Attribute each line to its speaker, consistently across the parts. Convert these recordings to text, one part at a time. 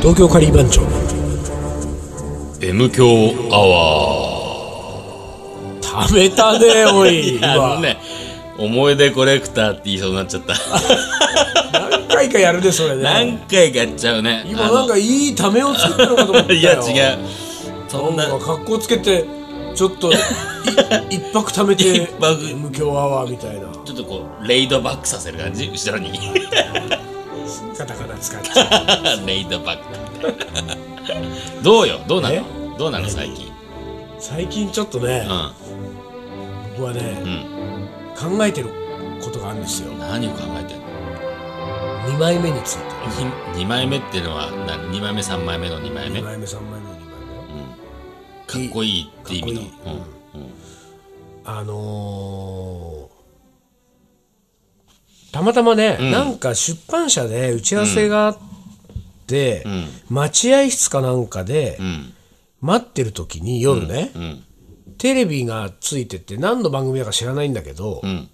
Speaker 1: 東京カリー番長
Speaker 2: M 強ア
Speaker 1: 食べたねおい
Speaker 2: ワーあの
Speaker 1: 今
Speaker 2: ね思い出コレクターって言いそうになっ ちゃった
Speaker 1: 何回かやるでそれ
Speaker 2: 何
Speaker 1: ね
Speaker 2: 回かやっちゃうね
Speaker 1: 今なんかいいためを作ってるのかと思っ
Speaker 2: あの
Speaker 1: たよ
Speaker 2: いや違うそんな
Speaker 1: なんか格好つけてちょっとい一泊ためて
Speaker 2: 一泊
Speaker 1: 無教アワーみたいな
Speaker 2: ちょっとこうレイドバックさせる感じ後ろに
Speaker 1: カタカナ使っちゃ
Speaker 2: レイドバックどうよどうな
Speaker 1: え
Speaker 2: のどうなの最近
Speaker 1: う最近ちょっとね
Speaker 2: う
Speaker 1: 僕はね
Speaker 2: んうん
Speaker 1: 考えてることがあるんですよ
Speaker 2: 何を考えてん
Speaker 1: 2
Speaker 2: の
Speaker 1: 枚目について
Speaker 2: 2枚目っていうのは何2枚目3枚目の2枚目
Speaker 1: 2
Speaker 2: か
Speaker 1: 枚目3枚目の2枚目よ
Speaker 2: っこいいって意味の
Speaker 1: かっこいい
Speaker 2: うんうん
Speaker 1: あのーたまたまね、
Speaker 2: ん
Speaker 1: なんか出版社で打ち合わせがあって、
Speaker 2: ん
Speaker 1: 待合室かなんかで
Speaker 2: うん
Speaker 1: 待ってる時に夜ね、
Speaker 2: うん
Speaker 1: テレビがついてて何の番組だか知らないんだけど、
Speaker 2: うん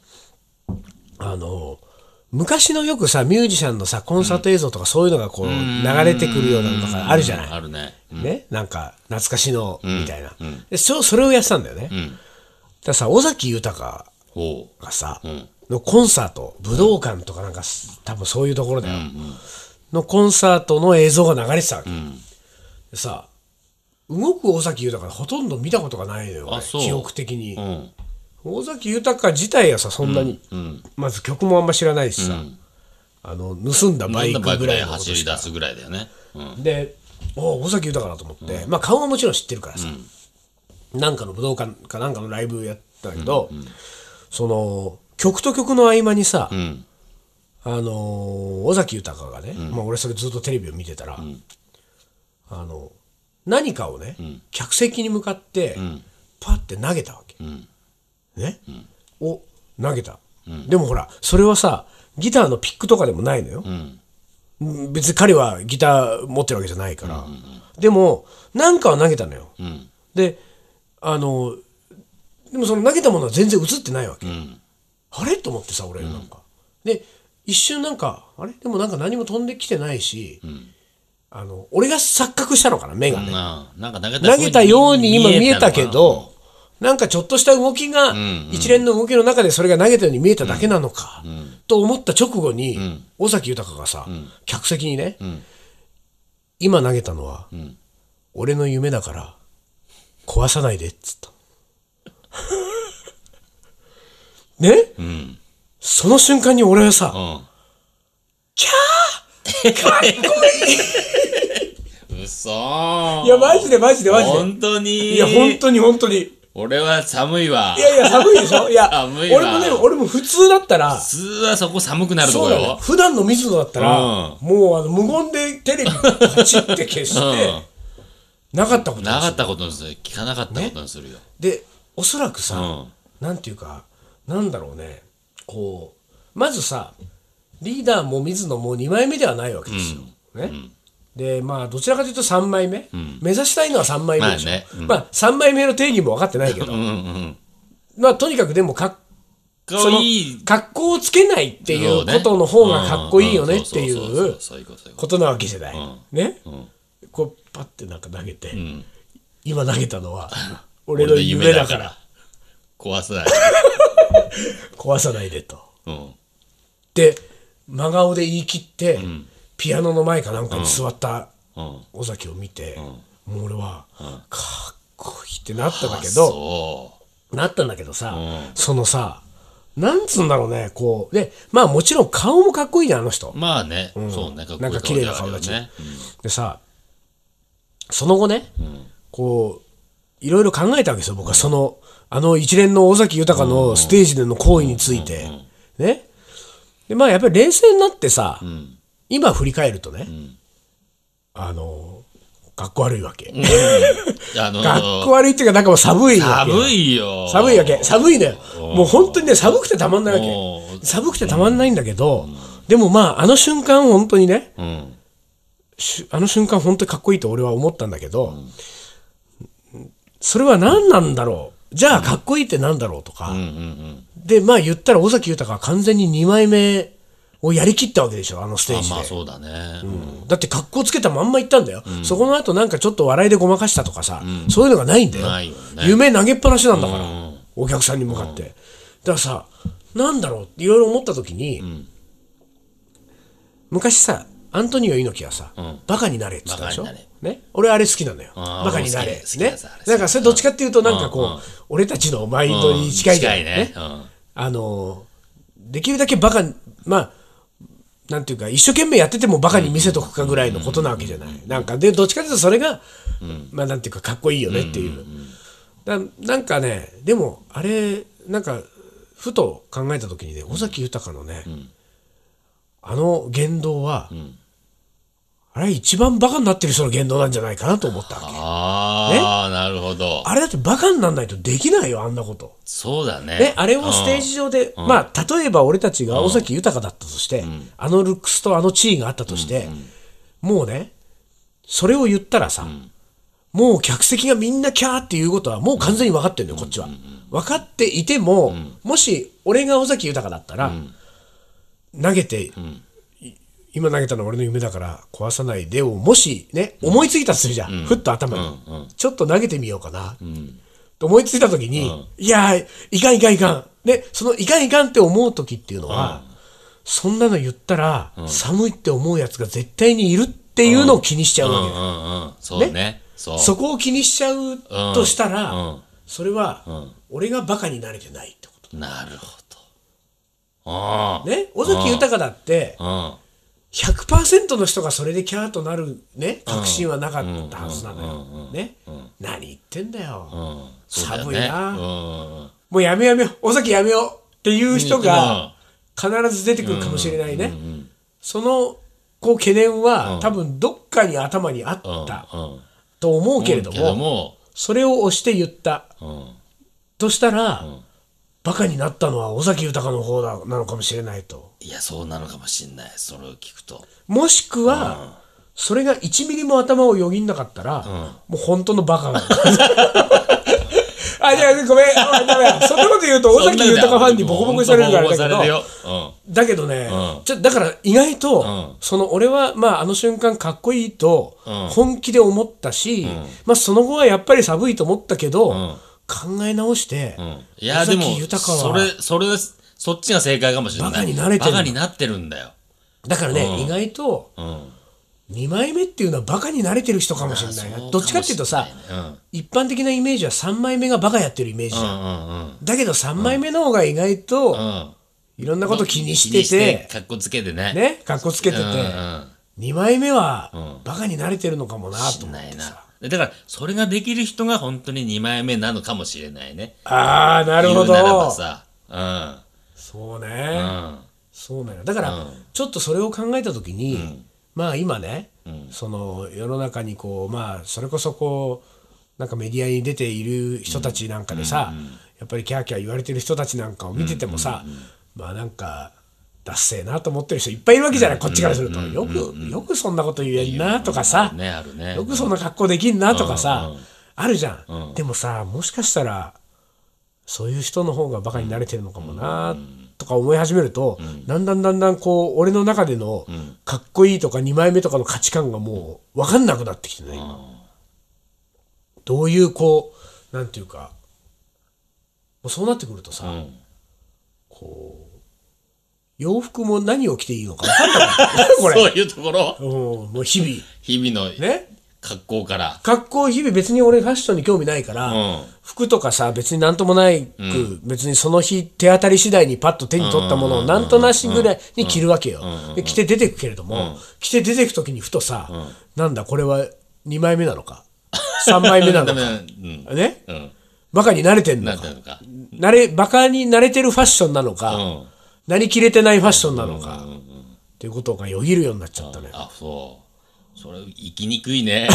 Speaker 1: あのー昔のよくさミュージシャンのさコンサート映像とかそういうのがこう流れてくるようなのとかあるじゃない、
Speaker 2: あるね
Speaker 1: ね、なんか懐かしのみたいな、
Speaker 2: うん
Speaker 1: でそそれをやってたんだよね、だか
Speaker 2: ん
Speaker 1: らさ尾崎豊
Speaker 2: ほ
Speaker 1: がさ、
Speaker 2: ううん
Speaker 1: のコンサート武道館とかなんかす多分そういうところだよ、のコンサートの映像が流れてたわけ、
Speaker 2: ん
Speaker 1: でさ動く尾崎豊ほとんど見たことがないのよ俺
Speaker 2: あそう
Speaker 1: 記憶的に、
Speaker 2: うん
Speaker 1: 尾崎豊自体はさそんなに、
Speaker 2: うん
Speaker 1: まず曲もあんま知らないしさ、あの盗んだバイ
Speaker 2: バ
Speaker 1: ク
Speaker 2: イ
Speaker 1: ぐ
Speaker 2: ク
Speaker 1: ら
Speaker 2: で
Speaker 1: いのこと
Speaker 2: 走
Speaker 1: し
Speaker 2: り
Speaker 1: か
Speaker 2: 出すぐらいだよねうん
Speaker 1: でおう尾崎豊だと思って、まあ顔はもちろん知ってるからさ、なんかの武道館かなんかのライブやったけど、その曲と曲の合間にさ、
Speaker 2: ん
Speaker 1: あのー尾崎豊がね、まあ、俺それずっとテレビを見てたら、あの何かをね、客席に向かって、パッて投げたわけ、ね、を投げた、でもほらそれはさギターのピックとかでもないのよ、
Speaker 2: ん
Speaker 1: うん別に彼はギター持ってるわけじゃないから、でもなんかは投げたのよ、
Speaker 2: ん
Speaker 1: であのでもその投げたものは全然映ってないわけ、
Speaker 2: ん
Speaker 1: あれと思ってさ俺なんか、で一瞬なんかあれでもなんか何も飛んできてないし、あの俺が錯覚したのかな目がね、
Speaker 2: ななんか投げ
Speaker 1: 投
Speaker 2: た
Speaker 1: げたように今見えたけ
Speaker 2: のかな
Speaker 1: ど、なんかちょっとした動きが、一連の動きの中でそれが投げたように見えただけなのか、と思った直後に、尾崎豊がさ、客席にね、今投げたのは、俺の夢だから、壊さないで、っつ った。ね、その瞬間に俺はさ、キャーかっこいい
Speaker 2: うんうそ
Speaker 1: いや、マジでマジでマジで。
Speaker 2: 本当に
Speaker 1: いや、本当に本当に。
Speaker 2: 俺は寒いわ
Speaker 1: いやいや、寒いでしょいや、
Speaker 2: 寒いわ
Speaker 1: 俺もね、俺も普通だったら、
Speaker 2: 普通はそこ寒くなると
Speaker 1: そ
Speaker 2: こ
Speaker 1: うだね
Speaker 2: よ。
Speaker 1: 普段の水野だったら、
Speaker 2: うん
Speaker 1: もうあの無言でテレビパチって消して、
Speaker 2: う
Speaker 1: なかったこと
Speaker 2: ん
Speaker 1: に
Speaker 2: な
Speaker 1: す
Speaker 2: か
Speaker 1: る
Speaker 2: ったことにする聞かなかったことにするよ
Speaker 1: で、おそらくさ、
Speaker 2: うん
Speaker 1: なんていうか、なんだろうね、こう、まずさ、リーダーも水野も2枚目ではないわけですよ。ねでまあ、どちらかというと3枚目、目指したいのは3枚目でしょ、
Speaker 2: まあねうん
Speaker 1: まあ、3枚目の定義も分かってないけど、
Speaker 2: うんうん
Speaker 1: まあ、とにかくでもかっ
Speaker 2: か
Speaker 1: そ
Speaker 2: わ
Speaker 1: の
Speaker 2: いい
Speaker 1: 格好をつけないっていうことの方がかっこいいよねってい
Speaker 2: んんそうそううそういうことそういうこ
Speaker 1: こととなわけじゃない。ね
Speaker 2: ん
Speaker 1: こうパッてなんか投げて、
Speaker 2: ん
Speaker 1: 今投げたの は俺の夢だから
Speaker 2: 壊さない
Speaker 1: 壊さないでと。
Speaker 2: うん
Speaker 1: で真顔で言い切って、ピアノの前かなんかに座った
Speaker 2: うん
Speaker 1: 尾崎を見て、もう俺は、かっこいいってなったんだけど。
Speaker 2: そ
Speaker 1: なったんだけどさ、
Speaker 2: ん
Speaker 1: そのさなんつうんだろうねこうでまあもちろん顔もかっこいいねあの人
Speaker 2: う、まあねそうね
Speaker 1: なんか綺麗な顔
Speaker 2: だ
Speaker 1: 立ち、
Speaker 2: ね
Speaker 1: でさその後ね、こういろいろ考えたわけですよ僕はその、あの一連の尾崎豊のステージでの行為について、ねでまあやっぱり冷静になってさ、今振り返るとね、あのかっこ悪いわけ、
Speaker 2: あの
Speaker 1: かっこ悪いっていうかなんかもう寒いわけ
Speaker 2: 寒いよ
Speaker 1: 寒いわけ寒いのよもう本当にね寒くてたまんないわ
Speaker 2: お
Speaker 1: け寒くてたまんないんだけどでもまああの瞬間本当にね
Speaker 2: うん
Speaker 1: しあの瞬間本当にかっこいいと俺は思ったんだけどそれは何なんだろうじゃあかっこいいってなんだろうとか
Speaker 2: うんうん
Speaker 1: でまあ言ったら尾崎豊は完全に2枚目をやりきったわけでしょ、あのステージで。
Speaker 2: まあそうだね。
Speaker 1: だって格好つけたまんま行ったんだよ、そこの後なんかちょっと笑いでごまかしたとかさ、そういうのがないんだよ
Speaker 2: ないよね
Speaker 1: 夢投げっぱなしなんだから、お客さんに向かって、だからさなんだろうっていろいろ思った時に、昔さアントニオ猪木はさ、バカになれって言ったでしょ
Speaker 2: バカに
Speaker 1: ね、俺あれ好きなのよ
Speaker 2: あー
Speaker 1: バカになれ
Speaker 2: 俺も好き好きな
Speaker 1: ね
Speaker 2: やつあれ好き
Speaker 1: だからそれどっちかっていうとなんかこう、俺たちのマインドに近いじゃん
Speaker 2: うん近いねうん
Speaker 1: あのできるだけバカまあなんていうか一生懸命やっててもバカに見せとくかぐらいのことなわけじゃない、なんかでどっちかというとそれが、まあなんていうかかっこいいよねっていう、だなんかねでもあれなんかふと考えた時にね尾崎豊のね、あの言動は、あれ一番バカになってる人の言動なんじゃないかなと思ったわけ
Speaker 2: ああ、なるほど。
Speaker 1: あれだってバカにならないとできないよあんなこと。
Speaker 2: そうだね。
Speaker 1: ね、あれをステージ上で、まあ、例えば俺たちが尾崎豊だったとして、あのルックスとあの地位があったとして、もうね、それを言ったらさ、もう客席がみんなキャーっていうことは、もう完全に分かってるのよ、こっちは。分かっていても、もし俺が尾崎豊だったら、投げて、い今投げたのは俺の夢だから壊さないでを、もしね、思いついたとするじゃん、ふっと頭に、ちょっと投げてみようかな。と思いついたときに、いやー、いかんいかんいかん。ね、そのいかんいかんって思うときっていうのは、そんなの言ったら、寒いって思うやつが絶対にいるっていうのを気にしちゃうわけだよ
Speaker 2: うんうんうん。そうね。そう。
Speaker 1: そこを気にしちゃうとしたら、
Speaker 2: うんうん
Speaker 1: それは、俺がバカになれてないってこ
Speaker 2: なるほど。あ
Speaker 1: と。ね尾崎豊だって、
Speaker 2: あ。
Speaker 1: 100%の人がそれでキャーとなるね、確信はなかったはずなのよ。ね、何言ってんだ
Speaker 2: う
Speaker 1: よ。
Speaker 2: ん。うん。そうだよね
Speaker 1: 寒いな
Speaker 2: うんうん。
Speaker 1: もうやめようやめよう、尾崎やめようっていう人
Speaker 2: うん
Speaker 1: が必ず出てくるかもしれないね。その、こう懸念は、多分どっかに頭にあった
Speaker 2: うんうん。
Speaker 1: と思うけれど
Speaker 2: けど
Speaker 1: も、
Speaker 2: も、
Speaker 1: それを押して言った。
Speaker 2: うん。
Speaker 1: としたら、バカになったのは尾崎豊の方だなのかもしれないと。
Speaker 2: いや、そうなのかもしんない。それを聞くと。
Speaker 1: もしくは、それが1ミリも頭をよぎんなかったら、もう本当のバカが。 あ、いや、ごめん、あダメだ。そんなこと言うと、尾崎豊ファンにボコボコにされるからあれだけ
Speaker 2: ボコボコされる
Speaker 1: ど、
Speaker 2: よ。うん。
Speaker 1: だけどね、
Speaker 2: う
Speaker 1: ちょだから意外と、
Speaker 2: ん
Speaker 1: その俺は、まあ、あの瞬間かっこいいと
Speaker 2: うん
Speaker 1: 本気で思ったし、まあ、その後はやっぱり寒いと思ったけど、
Speaker 2: ん
Speaker 1: 考え直して、
Speaker 2: いや、でも
Speaker 1: 尾崎、豊は
Speaker 2: それ、それ、そっちが正解かもしれない。
Speaker 1: バカになれてる
Speaker 2: バカになってるんだよ。
Speaker 1: だからね、意外と、
Speaker 2: うん。
Speaker 1: 2枚目っていうのはバカに慣れてる人かもしれない
Speaker 2: あそうかもしれない
Speaker 1: な
Speaker 2: ね
Speaker 1: どっちかっていうとさ、
Speaker 2: うん
Speaker 1: 一般的なイメージは3枚目がバカやってるイメージじ
Speaker 2: う
Speaker 1: ゃん、
Speaker 2: んうんうん。
Speaker 1: だけど3枚目の方が意外
Speaker 2: う
Speaker 1: と
Speaker 2: ん。
Speaker 1: いろんなこと気にして
Speaker 2: 気
Speaker 1: て、
Speaker 2: かっこつけてね。
Speaker 1: ねかっこつけてて、
Speaker 2: うんうん。
Speaker 1: 2枚目はバカに慣れてるのかもなと
Speaker 2: し
Speaker 1: 思っ
Speaker 2: ない
Speaker 1: てさ
Speaker 2: な。だから、それができる人が本当に2枚目なのかもしれないね。
Speaker 1: ああなるほ
Speaker 2: 言うならば
Speaker 1: ど
Speaker 2: さ。うん。
Speaker 1: そう
Speaker 2: う
Speaker 1: ね、
Speaker 2: ん。
Speaker 1: そうなのだから、ちょっとそれを考えた時に、まあ今ね、その世の中にこうまあそれこそこうなんかメディアに出ている人たちなんかでさ、やっぱりキャーキャー言われてる人たちなんかを見ててもさ、まあなんかダッセーなと思ってる人いっぱいいるわけじゃない、こっちからすると、よくよくそんなこと言えんなとかさ、
Speaker 2: ね、あるね。
Speaker 1: よくそんな格好できんなとかさ、あるじゃん、でもさもしかしたらそういう人の方がバカになれてるのかもなとか思い始めると、だんだんだんだんこう俺の中でのかっこいいとか2枚目とかの価値観がもう分かんなくなってきてね、今どういうこうなんていうかもうそうなってくるとさ、
Speaker 2: ん
Speaker 1: こう洋服も何を着ていいのか分かんなくなって くるこれ
Speaker 2: そういうところ、
Speaker 1: うんもう日々
Speaker 2: 日々の
Speaker 1: ね
Speaker 2: 格好から。
Speaker 1: 格好日々別に俺ファッションに興味ないから、
Speaker 2: うん
Speaker 1: 服とかさ別になんともないく、別にその日手当たり次第にパッと手に取ったものをなんとなしぐらいに着るわけよ、で着て出てくけれども、着て出てく時にふとさ、なんだこれは2枚目なのか3枚目なの
Speaker 2: ダ メ
Speaker 1: か
Speaker 2: うん。
Speaker 1: ね
Speaker 2: うん。
Speaker 1: バカに慣れてんの
Speaker 2: なん
Speaker 1: か
Speaker 2: ていうのか。
Speaker 1: 慣れバカに慣れてるファッションなのか、
Speaker 2: うん。
Speaker 1: 何着れてないファッションなのか、っていうことがよぎるようになっちゃったね、
Speaker 2: あ、そう。それ、生きにくいね。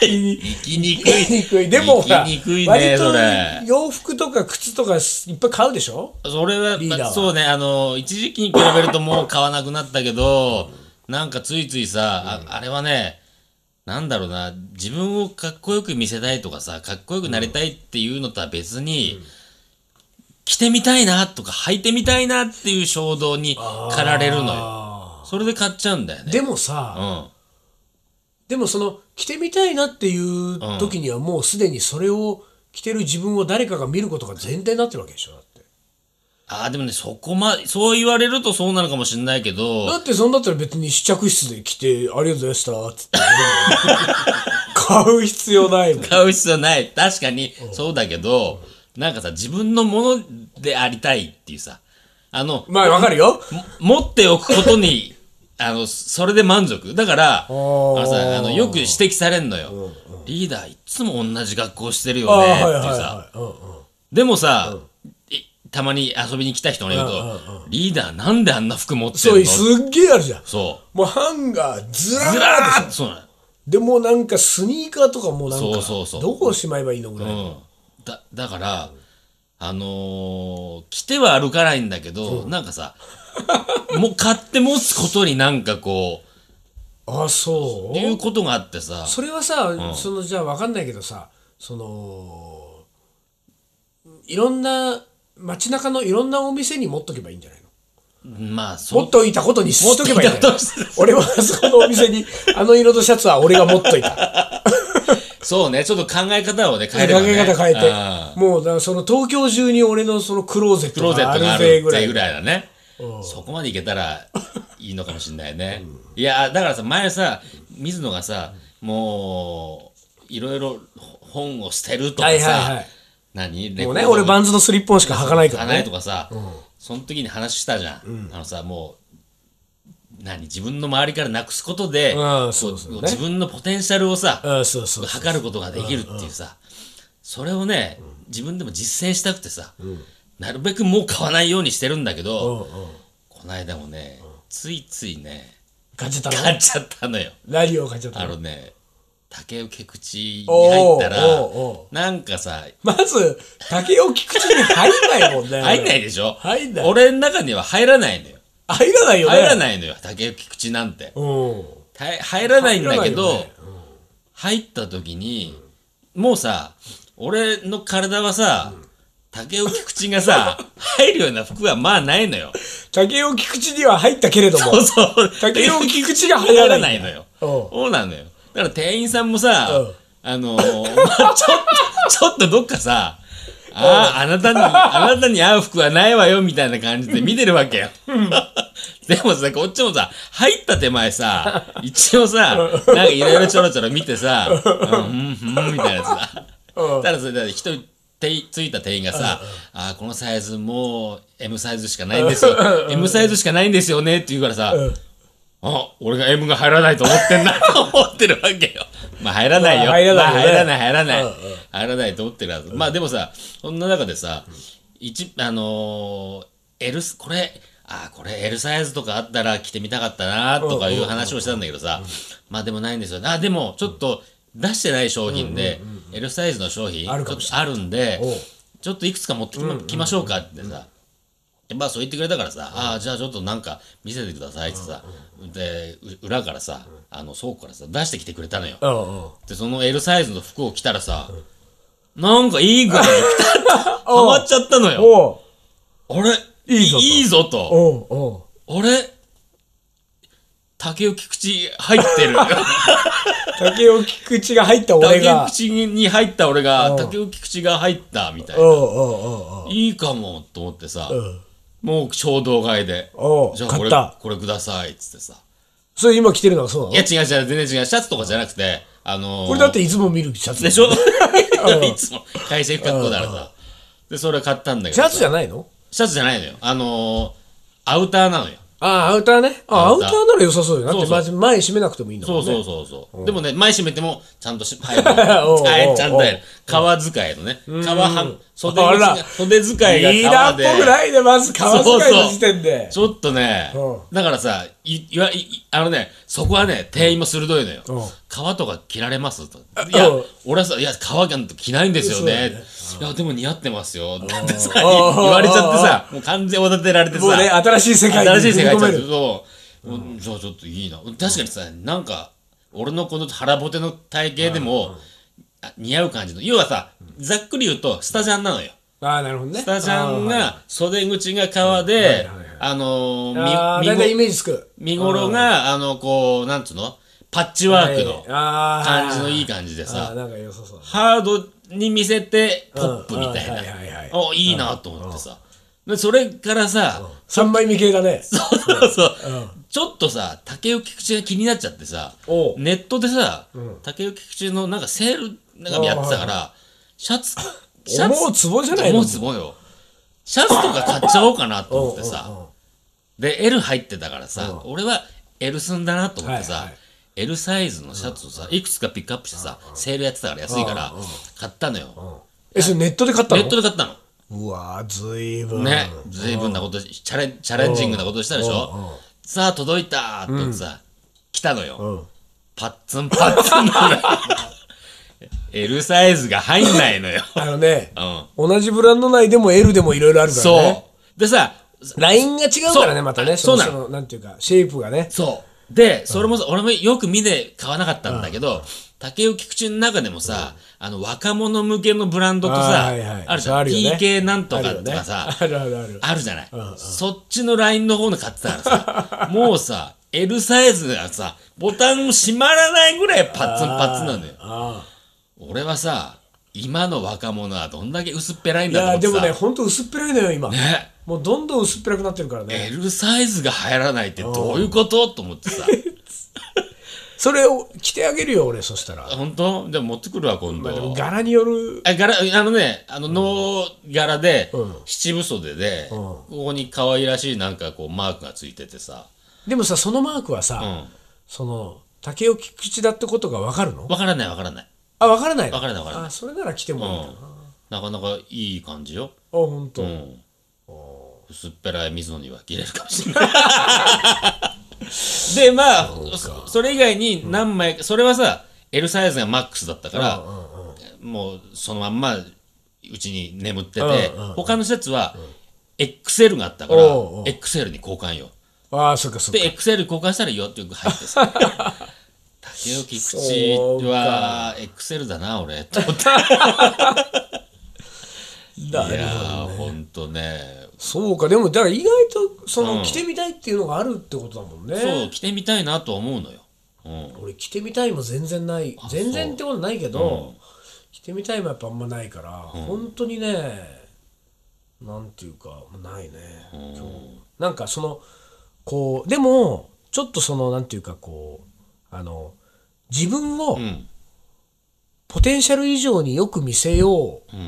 Speaker 1: に
Speaker 2: 生きにくい。
Speaker 1: 生きにくい。でもほら、
Speaker 2: 生きにくいね、
Speaker 1: 割と
Speaker 2: それ。
Speaker 1: 洋服とか靴とかいっぱい買うでしょ
Speaker 2: それは、
Speaker 1: リーダーは
Speaker 2: まあそうね、あの、一時期に比べるともう買わなくなったけど、なんかついついさ、ああれはね、なんだろうな、自分をかっこよく見せたいとかさ、かっこよくなりたいっていうのとは別に、着てみたいなとか履いてみたいなっていう衝動に駆られるのよ。
Speaker 1: あ
Speaker 2: それで買っちゃうんだよ
Speaker 1: ー
Speaker 2: ね。
Speaker 1: でもさ、
Speaker 2: うん。
Speaker 1: でもその着てみたいなっていう時にはもうすでにそれを着てる自分を誰かが見ることが前提になってるわけでしょだって
Speaker 2: ああ、でもね、そこま、そう言われるとそうなのかもしれないけ
Speaker 1: だ
Speaker 2: ど、
Speaker 1: ってそんだったら別に試着室で着てありがとうございましたっつって買う必要ない もん
Speaker 2: 買う必要ない。確かに、そうだけど、なんかさ、自分のものでありたいっていうさ、あの、
Speaker 1: まあわかるよ
Speaker 2: も持っておくことに、 あの、それで満足。だから、あ
Speaker 1: ー
Speaker 2: のさ、あの、よく指摘されんのよ。リーダーいつも同じ学校してるよ
Speaker 1: ああはい
Speaker 2: ね、って
Speaker 1: はいいうはい
Speaker 2: さ。
Speaker 1: はい、うんうん
Speaker 2: でもさ、いたまに遊びに来た人の言う
Speaker 1: うん
Speaker 2: と、リーダーなんであんな服持って
Speaker 1: そ
Speaker 2: る
Speaker 1: う
Speaker 2: の
Speaker 1: すっげえあるじゃん
Speaker 2: そ
Speaker 1: もうハンガーずら
Speaker 2: う。ずら
Speaker 1: ーっ
Speaker 2: ーっとそうなの。
Speaker 1: でもうなんかスニーカーとかもうなんか
Speaker 2: そうそうそう
Speaker 1: どこをしまえばいいのぐらいの、
Speaker 2: うん、だだから、あのー着ては歩かないんだけど、なんかさもう買って持つことになんかこ
Speaker 1: あそう
Speaker 2: ういうことがあってさ
Speaker 1: それはさ、そのじゃあ分かんないけどさそのいろんな街中のいろんなお店に持っとけばいいんじゃないの
Speaker 2: まあそ
Speaker 1: 持っといたことにしとけばいいんじゃない
Speaker 2: 持っといたことに
Speaker 1: 俺はそこのお店にあの色のシャツは俺が持っといた
Speaker 2: そうねちょっと考え方をね変
Speaker 1: 考
Speaker 2: え
Speaker 1: え
Speaker 2: れば、ね、
Speaker 1: 方変え
Speaker 2: うん
Speaker 1: てもうだからその東京中に俺のそのクローゼッ
Speaker 2: ク
Speaker 1: ト
Speaker 2: ローゼ
Speaker 1: が
Speaker 2: ッ
Speaker 1: あ
Speaker 2: ト
Speaker 1: る
Speaker 2: があるっ
Speaker 1: ぜ
Speaker 2: て
Speaker 1: ぐらい
Speaker 2: ぐらいだねそこまでいけたらいいのかもしれないね、いやだからさ前さ水野がさもういろいろ本を捨てるとかさ、
Speaker 1: はいはいはい
Speaker 2: 何レ
Speaker 1: もう
Speaker 2: コー
Speaker 1: ね
Speaker 2: ド
Speaker 1: 俺バンズのスリッポンしか履かないから
Speaker 2: 花江
Speaker 1: ね
Speaker 2: とかさ、その時に話したじゃん、あのさもう何自分の周りからなくすことで、
Speaker 1: うんそうそう
Speaker 2: こ
Speaker 1: ね
Speaker 2: う自分のポテンシャルをさ、
Speaker 1: うんそうそうそう
Speaker 2: 測ることができるっていうさ、それをね、自分でも実践したくてさ、なるべくもう買わないようにしてるんだけ
Speaker 1: う
Speaker 2: ど、
Speaker 1: んうん
Speaker 2: こないだもね、ついついね
Speaker 1: 買っちゃったの
Speaker 2: 買っちゃったのよ
Speaker 1: 何を買っちゃった
Speaker 2: あ
Speaker 1: の
Speaker 2: のね竹受口に入ったら
Speaker 1: おうおうお
Speaker 2: なんかさ
Speaker 1: まず竹を菊池に入んないもんね
Speaker 2: 入んないでしょ
Speaker 1: 入んない
Speaker 2: 俺の中には入らないのよ
Speaker 1: 入らないよね。
Speaker 2: 入らないのよ竹内口なんて
Speaker 1: うん。
Speaker 2: た入らないんだけ
Speaker 1: 入らな
Speaker 2: ど入,、
Speaker 1: いよね
Speaker 2: った時に、もうさ俺の体はさ、竹内口が さ入るような服はまあないのよ
Speaker 1: 竹尾菊池には入ったけれども。
Speaker 2: そうそう
Speaker 1: 竹尾菊池が入
Speaker 2: 入
Speaker 1: ら
Speaker 2: ら
Speaker 1: な。
Speaker 2: ないいのよ
Speaker 1: うん
Speaker 2: そうなのよだから店員さんもさ、
Speaker 1: うん
Speaker 2: あの ーまあちょっとちょっとどっかさあああなたに、あなたに合う服はないわよ、みたいな感じで見てるわけよ。 でもさ、こっちもさ、入った手前さ、一応さ、なんかいろいろちょろちょろ見てさ、うん、うん、うんみたいなさ。
Speaker 1: うん
Speaker 2: ただそれだって人ていついた店員がさ、あーこのサイズもう M サイズしかないんですよ。M サイズしかないんですよねって言うからさ、
Speaker 1: ん
Speaker 2: あ、俺が M が入らないと思っ てんなと思ってるわけよ。 まあ入らないよ。
Speaker 1: まあ入らないよね
Speaker 2: まあ入らない、入らない。
Speaker 1: うんうん
Speaker 2: 入らないと思ってるはず。まあでもさ、そんな中でさ、一、あのー、L、これ、あーこれ L サイズとかあったら着てみたかったなとかいう話をしたんだけどさ、まあでもないんですよ。あ、でもちょっと出してない商品で、L サイズの商品、
Speaker 1: ある
Speaker 2: ち
Speaker 1: か
Speaker 2: ょっ
Speaker 1: も
Speaker 2: と
Speaker 1: し
Speaker 2: あるんで
Speaker 1: おう、
Speaker 2: ちょっといくつか持ってきまきましょうかってさ、でまあそう言ってくれたからさ、ああ、じゃあちょっとなんか見せてくださいってさ、で、う裏からさ、あの倉庫からさ、出してきてくれたのよ。
Speaker 1: うんうん。
Speaker 2: で、その L サイズの服を着たらさ、なんかいい 具合に着たって、ハマっちゃったのよ。
Speaker 1: おう
Speaker 2: あれ
Speaker 1: いいぞと
Speaker 2: いいぞと。
Speaker 1: おうおう
Speaker 2: あれ竹内口入って る。
Speaker 1: 竹尾菊池が入った俺
Speaker 2: 竹内
Speaker 1: が。
Speaker 2: 口に入った俺が、
Speaker 1: ん
Speaker 2: 竹内口が入ったみたい
Speaker 1: おう
Speaker 2: な。
Speaker 1: おうおうおう
Speaker 2: いいかもと思ってさ、
Speaker 1: うん
Speaker 2: もう衝動買いで。
Speaker 1: おう
Speaker 2: じゃあこ
Speaker 1: 買っ
Speaker 2: れ、
Speaker 1: た。
Speaker 2: これくださいっつってさ。
Speaker 1: それ今着てるのはそう
Speaker 2: い
Speaker 1: な
Speaker 2: や
Speaker 1: の
Speaker 2: 違う違う、全然違う。シャツとかじゃなくて、あのー
Speaker 1: これだっていつも見るシャツ。
Speaker 2: でし
Speaker 1: ょ
Speaker 2: ょ いつも会社行く格好だからさ。で、それ買ったんだけど
Speaker 1: シ
Speaker 2: さ。
Speaker 1: ャツじゃないの
Speaker 2: シャツじゃないのよ。あのー、アウターなのよ。
Speaker 1: ああ、アウターね。あア
Speaker 2: ア
Speaker 1: ウ
Speaker 2: ウ
Speaker 1: タ
Speaker 2: タ
Speaker 1: ー
Speaker 2: ー
Speaker 1: なら良さそうよ。だって
Speaker 2: そ
Speaker 1: ま
Speaker 2: う
Speaker 1: ず前閉めなくてもいいんだ
Speaker 2: そ
Speaker 1: もん
Speaker 2: う
Speaker 1: ね。
Speaker 2: そうそうそう、でもね、前閉めても、ちゃんとし、はい、
Speaker 1: おうおう
Speaker 2: はい、ちゃんとやる。革使いのね。革はん、袖
Speaker 1: あ
Speaker 2: 口
Speaker 1: ら
Speaker 2: が、袖使いが
Speaker 1: リーダー
Speaker 2: 革
Speaker 1: っ
Speaker 2: で。
Speaker 1: ぽくないね、まず革使いの時点で。
Speaker 2: ちょっとね
Speaker 1: う、
Speaker 2: だからさ、い、いわ、い、あのね、そこはね、店員も鋭いのよ
Speaker 1: うん。
Speaker 2: 革とか着られますと。いや
Speaker 1: うん、
Speaker 2: 俺はさ、いや、革なんて着ないんですよね。いや、でも似合ってますよ。だってさ、言われちゃってさ、もう完全おだてられてさ。
Speaker 1: もうね、新しい世界に
Speaker 2: 新しい世界
Speaker 1: 踏み
Speaker 2: ち
Speaker 1: 込
Speaker 2: ゃ
Speaker 1: め
Speaker 2: ん
Speaker 1: る。
Speaker 2: と、うんじゃあちょっといいな確かにさなんか俺のこの腹ぼての体型でも、あ似合う感じの要はさざっくり言うとスタジャンなのよ、
Speaker 1: ああ、なるほどね。
Speaker 2: スタジャン
Speaker 1: あ
Speaker 2: が、袖口が革で
Speaker 1: はいはいはい、
Speaker 2: あの
Speaker 1: ーあー、
Speaker 2: ー、
Speaker 1: だいたいイ
Speaker 2: み
Speaker 1: メージつく。
Speaker 2: 見頃が、あの、こう、なんつうのパッチワークの
Speaker 1: 感
Speaker 2: 感じのいい感じでさ
Speaker 1: あー、なんか良さそう。
Speaker 2: ハードに見せて、ポップみた
Speaker 1: うんはいはいいはい
Speaker 2: な。お、いいなと思ってさ。で、それからさ、
Speaker 1: 三枚目系だね。
Speaker 2: そう そうそう。ちょっとさ、竹内口が気になっちゃってさ、
Speaker 1: おう
Speaker 2: ネットでさ、竹内口のなんかセールなんかやってたから、シャツ、シャツ、
Speaker 1: 思うツボじゃないの
Speaker 2: 思うツボよ。シャツとか買っちゃおうかなと思ってさ、で、L 入ってたからさ、俺は L 寸だなと思って
Speaker 1: はい
Speaker 2: さ
Speaker 1: はい、
Speaker 2: L サイズのシャツをさ、いくつかピックアップしてさ、セールやってたから安いから、買ったのよ。
Speaker 1: え、それネットで買った
Speaker 2: ネ
Speaker 1: の
Speaker 2: ットで買ったの。
Speaker 1: うわー、ずいぶん。
Speaker 2: ね、ずいぶんなことし、チャレンチャレンジングなことしたでしょ。さあ、届いたーって言ってさ、来たの
Speaker 1: う
Speaker 2: よ。
Speaker 1: ん。
Speaker 2: パッツンパッツン なのよ。L サイズが入んないのよ。
Speaker 1: あのね、
Speaker 2: うん。
Speaker 1: 同じブランド内でも L でもいろいろあるからね。
Speaker 2: そう。でさ、
Speaker 1: ラインが違うから
Speaker 2: そ
Speaker 1: ね、
Speaker 2: う
Speaker 1: またね。
Speaker 2: そう
Speaker 1: の
Speaker 2: なの
Speaker 1: のなんていうか、シェイプがね。
Speaker 2: そう。で、それもさ、俺もよく見で買わなかったんだけど、竹内口の中でもさ、あの、若者向けのブランドとさ、
Speaker 1: あーはいはい
Speaker 2: あるじ
Speaker 1: そう
Speaker 2: ゃ
Speaker 1: あ
Speaker 2: ん。
Speaker 1: るよね
Speaker 2: TK なんと
Speaker 1: ある
Speaker 2: か
Speaker 1: よ
Speaker 2: と
Speaker 1: ね
Speaker 2: かさ、
Speaker 1: あるあるある。
Speaker 2: あるじゃない、そっちのラインの方の買ってたか らさ、もうさ、L サイズがさ、ボタンも閉まらないぐらいパッツンパッツンなんだよ。
Speaker 1: あ
Speaker 2: 俺はさ、今の若者はどんだけ薄っぺらいん
Speaker 1: ーい
Speaker 2: だ
Speaker 1: やー
Speaker 2: と
Speaker 1: で
Speaker 2: 思
Speaker 1: も
Speaker 2: って
Speaker 1: ね、
Speaker 2: さ、
Speaker 1: ほんと薄っぺらいのよ、今。
Speaker 2: ね
Speaker 1: もうどんどん薄っぺらくなってるからね。
Speaker 2: L サイズが入らないってどういうことと思っ てさ、
Speaker 1: それを着てあげるよ、俺、そしたら。
Speaker 2: 本当でも持ってくるわ、今
Speaker 1: でも
Speaker 2: 度。
Speaker 1: 柄による。
Speaker 2: あ柄あのね、あの、能柄で、
Speaker 1: ん
Speaker 2: 七分袖で、ここに可愛らしいなんかこう、マークがついててさ、
Speaker 1: でもさ、そのマークは
Speaker 2: う
Speaker 1: さ、
Speaker 2: ん。
Speaker 1: その、竹尾菊池だってことがわかるの
Speaker 2: わからないわからない。
Speaker 1: あ、わからないの
Speaker 2: わからないわからない
Speaker 1: あ、それなら着てもいいんだな。あ、
Speaker 2: なかなかいい感じよ。
Speaker 1: ほんと
Speaker 2: う。ん。薄っぺらい水野には切れるかもし れない。で、まあ、そそれ以外に何枚か、それはさ、L サイズがマックスだったから、もうそのまんまうちに眠ってて、
Speaker 1: うんうんうん
Speaker 2: 他の施設は、XL があったから、
Speaker 1: おうおう
Speaker 2: XL に交換よ。
Speaker 1: ああ、そっかそっか。
Speaker 2: で、XL 交換したらよってよく入ってさ。竹内口は XL だな、俺。と思って
Speaker 1: だ
Speaker 2: いやー、ほんとね。
Speaker 1: そうか、でも、だから意外と、そうの、
Speaker 2: ん
Speaker 1: 着てみたいっていうのがあるってことだもんね。
Speaker 2: そう、着てみたいなとは思うのよ。うん。
Speaker 1: 俺、着てみたいも全然ない。全然ってことないけど、着てみたいもやっぱあんまないから、本当にね、なんていうか、ないね。今日なんか、その、こう、でも、ちょっとその、なんていうか、こう、あの、自分を
Speaker 2: ん、
Speaker 1: ポテンシャル以上によく見せよ
Speaker 2: うんうん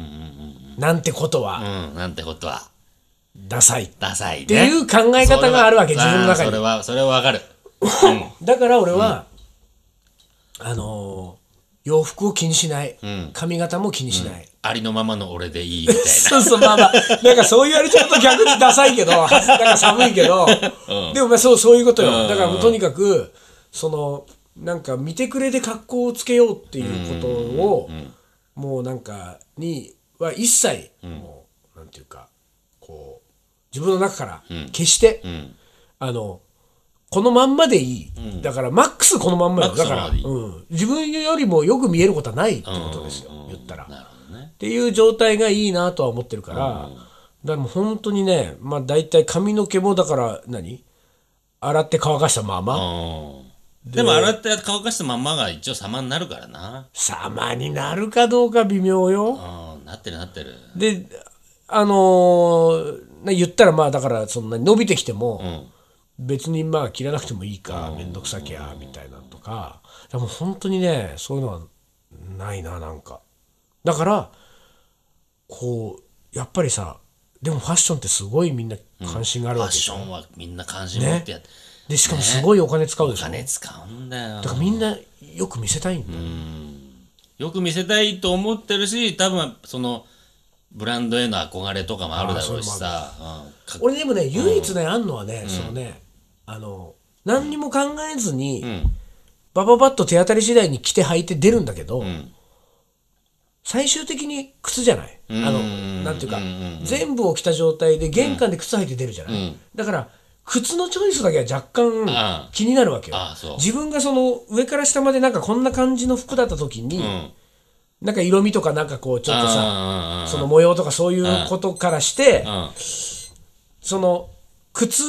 Speaker 1: う、なんてことは、
Speaker 2: うん。うん、なんてことは、
Speaker 1: ダサい。
Speaker 2: ダサいね。っ
Speaker 1: っていう考え方があるわけ自分の中に
Speaker 2: それは、それはわかる。う
Speaker 1: だから俺は、あのー洋服を気にしない、
Speaker 2: ん
Speaker 1: 髪型も気にしない、
Speaker 2: ありのままの俺でいいみたい
Speaker 1: そうそうまあまあなんかそう言われちゃうと逆にダサいけどはなんか寒いけど、でもまあそうそういうことよ、だからもうとにかくそのなんか見てくれで格好をつけようっていうことを、もうなんかには一切、もうなんていうかこう自分の中から消して、
Speaker 2: ん
Speaker 1: あのこのまんまでいい、だからマックスこのまんまよ
Speaker 2: マック
Speaker 1: だ
Speaker 2: ス
Speaker 1: か
Speaker 2: このま
Speaker 1: ら、
Speaker 2: までいい
Speaker 1: うん、自分よりもよく見えることはないって
Speaker 2: な。
Speaker 1: ことですよ、言ったら
Speaker 2: なるほどね
Speaker 1: っ。ていう状態がいいなとは思ってるから、だからもう本当にね、まあ、大体髪の毛もだから何洗って乾かしたまま、
Speaker 2: うん。でも洗って乾かしたまんまが一応様になるからな。
Speaker 1: 様になるかどうか微妙よ。
Speaker 2: うん、なってるなってる。
Speaker 1: であのーね言ったらまあだからそんなに伸びてきても、
Speaker 2: うん。
Speaker 1: 別にまあ切らなくてもいいか面倒くさきゃみたいなのとかでも本当にねそういうのはないななんかだからこうやっぱりさでもファッションってすごいみんな関心があ
Speaker 2: フ
Speaker 1: る
Speaker 2: ァ
Speaker 1: わ
Speaker 2: ッ
Speaker 1: けじ
Speaker 2: シ
Speaker 1: ゃん
Speaker 2: ョンはみんな関心持ってやって。
Speaker 1: でしかもすごいお金使うでしょ、
Speaker 2: 金使うんだよ
Speaker 1: だ。からみんなよく見せたいんだよ、
Speaker 2: よく見せたいと思ってるし、多分その、ブランドへの憧れとかもあるだろうしさ。うんか
Speaker 1: 俺でもね唯一ね、あんのはね、そのねあの何にも考えずに、バババッと手当たり次第に着て履いて出るんだけど、
Speaker 2: ん
Speaker 1: 最終的に靴じゃないあの
Speaker 2: うん
Speaker 1: なんていうか、
Speaker 2: うんうん
Speaker 1: 全部を着た状態で玄関で靴履いて出るじゃない、
Speaker 2: うん
Speaker 1: だから靴のチョイスだけは若干
Speaker 2: あ
Speaker 1: 気になるわけよ
Speaker 2: ああそう
Speaker 1: 自分がその上から下までなんかこんな感じの服だった時に、
Speaker 2: うん。
Speaker 1: なんか色味とかなんかこうちょっとさ
Speaker 2: あ
Speaker 1: その模様とかそういうことからして
Speaker 2: あ
Speaker 1: その靴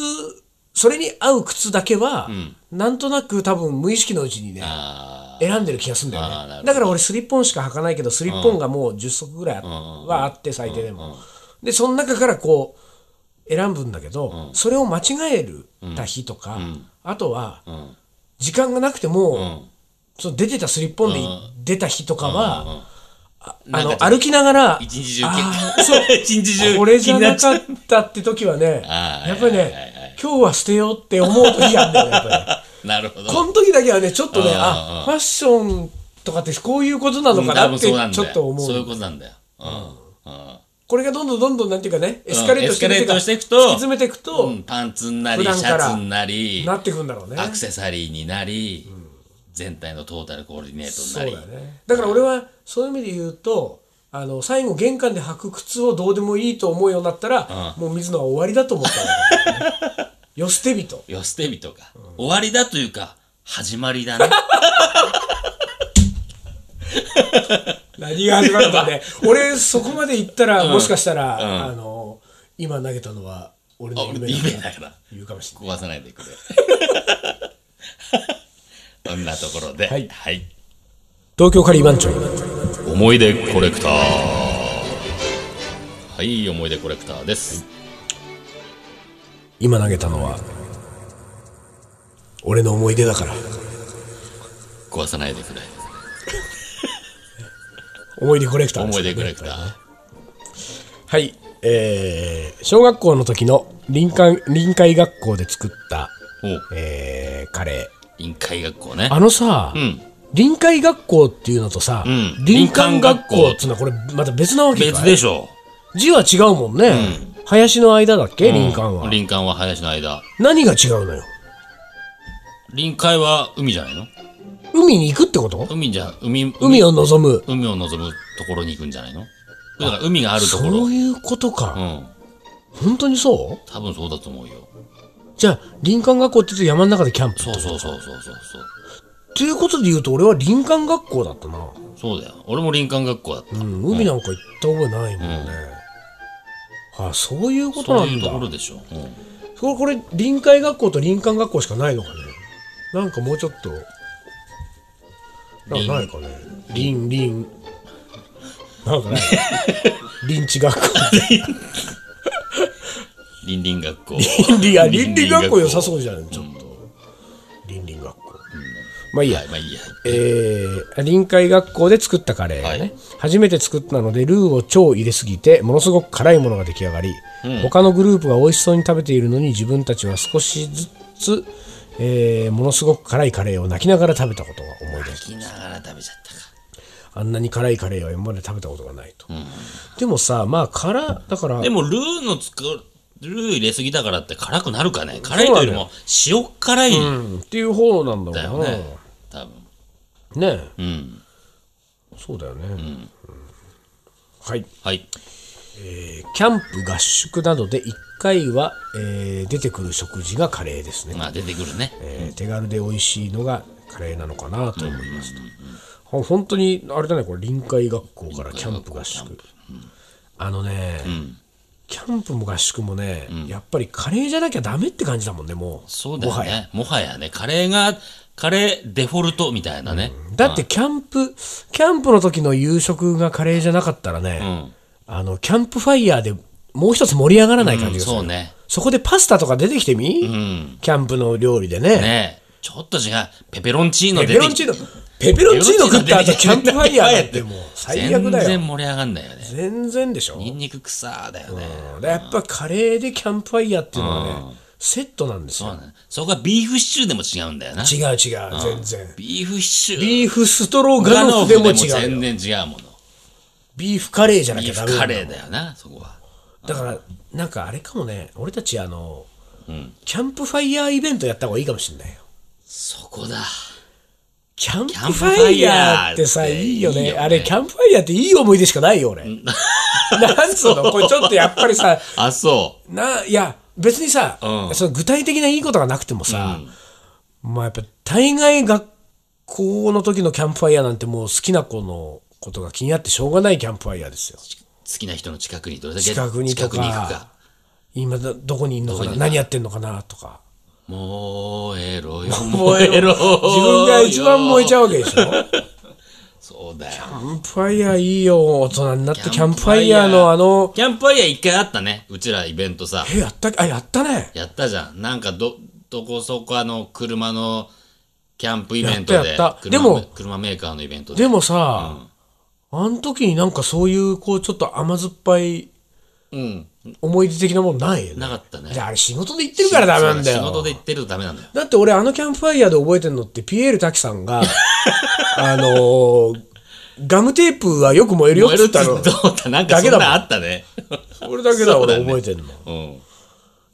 Speaker 1: それに合う靴だけは、なんとなく多分無意識のうちにね
Speaker 2: あ
Speaker 1: 選んでる気がするんだ
Speaker 2: あーな
Speaker 1: よ
Speaker 2: るほ
Speaker 1: ね
Speaker 2: ど
Speaker 1: だから俺スリッポンしか履かないけどスリッポンがもう10足ぐらいあはあって最低でもでその中からこう選ぶんだけどそれを間違えるた日とかあとは
Speaker 2: ん
Speaker 1: 時間がなくて
Speaker 2: う
Speaker 1: も
Speaker 2: ん
Speaker 1: その出てたスリッポンでい出た日とかはあ
Speaker 2: なん
Speaker 1: の
Speaker 2: か
Speaker 1: 歩きながら
Speaker 2: 一日中
Speaker 1: あ ー
Speaker 2: そう一日中
Speaker 1: これじ
Speaker 2: 気
Speaker 1: ゃ
Speaker 2: にな
Speaker 1: な
Speaker 2: っちゃ
Speaker 1: か
Speaker 2: う
Speaker 1: ったって時はね
Speaker 2: あー
Speaker 1: やっぱり
Speaker 2: はいはいはいは
Speaker 1: ね今日は捨てようって思う時があるんだよねやっぱり。
Speaker 2: なるほど
Speaker 1: この時だけはね、ちょっとね、
Speaker 2: うんうんうん
Speaker 1: あファッションとかってこういうことなのかな
Speaker 2: うん多分
Speaker 1: って、
Speaker 2: そうなんだ
Speaker 1: ちょ
Speaker 2: よ
Speaker 1: っと思
Speaker 2: そういうう。ことなんだようんうん
Speaker 1: これがどんどんどんどん、なんていうかね、エスカレートしていくっていうか
Speaker 2: エスカレートしていくと
Speaker 1: 突き詰めていく
Speaker 2: う
Speaker 1: と
Speaker 2: ん、パンツになり
Speaker 1: 普
Speaker 2: シ
Speaker 1: 段か
Speaker 2: ャ
Speaker 1: ら
Speaker 2: ツになり
Speaker 1: なっていくんだろうね。
Speaker 2: アクセサリーになり全体のトータルコーディネート
Speaker 1: そう
Speaker 2: に
Speaker 1: だ
Speaker 2: なり
Speaker 1: ね。だから俺は、そういう意味で言うと、あの最後、玄関で履く靴をどうでもいいと思うようになったら、もう水野は終わりだと思ったんだ よねよ捨て人。
Speaker 2: よ捨て日とか終わりだというか始まりだ ね
Speaker 1: 何が始まるかね。俺、そこまで行ったら、もしかしたら、
Speaker 2: うん
Speaker 1: あの今投げたのは俺
Speaker 2: あ
Speaker 1: の
Speaker 2: 俺の
Speaker 1: 夢
Speaker 2: 夢
Speaker 1: だか
Speaker 2: だ
Speaker 1: ら
Speaker 2: から
Speaker 1: 言うかもしれない。
Speaker 2: 壊さないでく れこんなところで
Speaker 1: はい
Speaker 2: はい
Speaker 1: 東京カリー番長
Speaker 2: 思い出コレクターはい思い出コレクターです
Speaker 1: 今投げたのは俺の思い出だから
Speaker 2: 壊さないでくれ
Speaker 1: 思い出コレクターです
Speaker 2: 思い出コレクター
Speaker 1: はいえー、小学校の時の臨海臨海学校で作った、
Speaker 2: お
Speaker 1: えー、カレー
Speaker 2: 臨海学校ね
Speaker 1: あのさ、
Speaker 2: ん
Speaker 1: 臨海学校っていうのとさ、
Speaker 2: ん
Speaker 1: 林間学校っていうのはこれまた別なわけかい
Speaker 2: 別でしょ
Speaker 1: 字は違うもんね、林の間だっけ林間は、
Speaker 2: 林間は林の間
Speaker 1: 何が違うのよ
Speaker 2: 臨海は海じゃないの
Speaker 1: 海に行くってこと
Speaker 2: 海じゃ海
Speaker 1: 海を望む
Speaker 2: 海を望むところに行くんじゃないのだから海があるところ
Speaker 1: そうういうことか、
Speaker 2: ん
Speaker 1: 本当にそう
Speaker 2: 多分そうだと思うよ
Speaker 1: じゃあ、林間学校って言うと山の中でキャンプ。
Speaker 2: そうそうそうそうそうそう
Speaker 1: ということで言うと、俺は林間学校だったな。
Speaker 2: そうだよ俺も林間学校だった、
Speaker 1: うん、海なんか行った覚えないもんね。あ、そういうこと
Speaker 2: そ
Speaker 1: な
Speaker 2: うい
Speaker 1: ん
Speaker 2: う
Speaker 1: だ。
Speaker 2: ところ
Speaker 1: こ
Speaker 2: でしょ、う
Speaker 1: れ、これ、臨海学校と林間学校しかないのかね。なんかもうちょっと、なんかないかね。林、林。なん かない。林地学校。
Speaker 2: ん、林林学校
Speaker 1: 林、いや、林林学校良さそう
Speaker 2: じ
Speaker 1: じゃん、ちょっと。林林学校。まあいいや
Speaker 2: はい。まあいいや
Speaker 1: えー臨海学校で作ったカレーね、
Speaker 2: はい
Speaker 1: 初めて作ったのでルーを超入れすぎてものすごく辛いものが出来上がり、他のグループが美味しそうに食べているのに自分たちは少しずつ、えーものすごく辛いカレーを泣きながら食べたことが思い出
Speaker 2: 聞きながら食べちゃったか
Speaker 1: あんなに辛いカレーは今まで食べたことがないと、でもさまあ辛だから
Speaker 2: でもルーの作るルー入れすぎたからって辛くなるかね辛いというよりも塩辛い
Speaker 1: うんんっていう方なんだ
Speaker 2: だ
Speaker 1: ろ
Speaker 2: よ
Speaker 1: うな
Speaker 2: ね、多分
Speaker 1: ねえ
Speaker 2: うん
Speaker 1: そうだよね、うんはい
Speaker 2: はい
Speaker 1: キャンプ合宿などで1回は、えー出てくる食事がカレーですね、
Speaker 2: まあ出てくるね
Speaker 1: えー手軽で美味しいのがカレーなのかなと思いますと、ほ本当にあれだねこれ臨海学校からキャンプ合宿、あのね、キャンプも合宿もね、やっぱりカレーじゃなきゃダメって感じだもんねもう
Speaker 2: そうだ
Speaker 1: も
Speaker 2: よ
Speaker 1: はや
Speaker 2: ねもはやねカレーがカレーデフォルトみたいなね、
Speaker 1: だってキャンプキャンプの時の夕食がカレーじゃなかったらね、あのキャンプファイヤーでもう一つ盛り上がらない感じがする、
Speaker 2: そうね
Speaker 1: そこでパスタとか出てきてみ、キャンプの料理でね。
Speaker 2: ねえちょっと違うペペロンチーノ
Speaker 1: ペ
Speaker 2: 出
Speaker 1: ペ
Speaker 2: て
Speaker 1: ロンチーノ、ペペロンチーノ食った
Speaker 2: ペペ
Speaker 1: 後
Speaker 2: ロンチ
Speaker 1: キ
Speaker 2: ー
Speaker 1: ャ
Speaker 2: ノ
Speaker 1: ンプ
Speaker 2: 出てき
Speaker 1: フ
Speaker 2: た
Speaker 1: ァイヤーだってもう最悪だ
Speaker 2: 全
Speaker 1: よ。
Speaker 2: 然盛り上がんないよね
Speaker 1: 全然でしょ。
Speaker 2: ニンニク臭だよね、
Speaker 1: だからやっぱカレーでキャンプファイヤーっていうのはね、セットなんです
Speaker 2: そう
Speaker 1: よ。
Speaker 2: ねそこはビーフシチューでも違うんだよな
Speaker 1: 違う違う、全然。
Speaker 2: ビーフシチュー
Speaker 1: ビーフストロガノフでも違うよ。
Speaker 2: 全然違うもの
Speaker 1: ビーフカレーじゃな
Speaker 2: ビ
Speaker 1: き
Speaker 2: ー
Speaker 1: ゃダメ
Speaker 2: フカ
Speaker 1: なんだ
Speaker 2: レーだよなそこは
Speaker 1: だから、なんかあれかもね、俺たちあの、キャンプファイヤーイベントやった方がいいかもしれないよ。
Speaker 2: そこだ
Speaker 1: キャンプファイヤーってさ、
Speaker 2: キャンプファイヤーっ
Speaker 1: い
Speaker 2: て
Speaker 1: いよ
Speaker 2: いい
Speaker 1: ね。
Speaker 2: よね
Speaker 1: あれ、キャンプファイヤーっていい思い出しかないよ、俺。 なんつうのこれちょっとやっぱりさ、
Speaker 2: あそ
Speaker 1: な、いや、別にさ、
Speaker 2: うん
Speaker 1: その具体的ないいことがなくてもさ、まあやっぱ大概学校の時のキャンプファイヤーなんてもう好きな子のことが気になってしょうがないキャンプファイヤーですよ。
Speaker 2: 好きな人の近くにどれだけ
Speaker 1: 近くにと
Speaker 2: 近
Speaker 1: か
Speaker 2: くに行くか。
Speaker 1: 今だどこにいるのか
Speaker 2: どこにい
Speaker 1: な
Speaker 2: るか
Speaker 1: 何やってんのかなとか。
Speaker 2: 燃えろよ、燃えろよ。
Speaker 1: 自分が一番燃えちゃうわけでしょ。
Speaker 2: そうだよ。
Speaker 1: キャンプファイヤーいいよ。大人になってキ
Speaker 2: キ
Speaker 1: ャ
Speaker 2: ャ
Speaker 1: ン
Speaker 2: ン
Speaker 1: プ
Speaker 2: プ
Speaker 1: フ
Speaker 2: フ
Speaker 1: ァ
Speaker 2: ァ
Speaker 1: イ
Speaker 2: イ
Speaker 1: ヤ
Speaker 2: ヤ
Speaker 1: ー
Speaker 2: ー
Speaker 1: のあの、
Speaker 2: キャンプファイヤー一回あったね。うちらイベントさ。
Speaker 1: え、やったっけあ、やったね。
Speaker 2: やったじゃん。なんかど、どこそこあの、車の、キャンプイベン
Speaker 1: や
Speaker 2: ト
Speaker 1: ったや
Speaker 2: で。
Speaker 1: った
Speaker 2: 車
Speaker 1: でも
Speaker 2: 車メーカーのイベントで。
Speaker 1: でもさ、あの時になんかそういう、こう、ちょっと甘酸っぱい
Speaker 2: うん。
Speaker 1: 思い出的なもんないよね。
Speaker 2: なかったね。
Speaker 1: であれ仕事で行ってるからダメなんだよ。
Speaker 2: 仕事で行ってるとダメなんだよ。
Speaker 1: だって俺あのキャンプファイヤーで覚えてんのってピエール滝さん があのーガムテープはよく燃えるよっ
Speaker 2: 燃え
Speaker 1: つ
Speaker 2: る
Speaker 1: ったの
Speaker 2: ってどうだなんか
Speaker 1: だけ
Speaker 2: そ
Speaker 1: だも
Speaker 2: ん
Speaker 1: ん
Speaker 2: なあったね。
Speaker 1: 俺だけだ
Speaker 2: そうだ
Speaker 1: 俺
Speaker 2: ね
Speaker 1: 覚えてんの
Speaker 2: うん。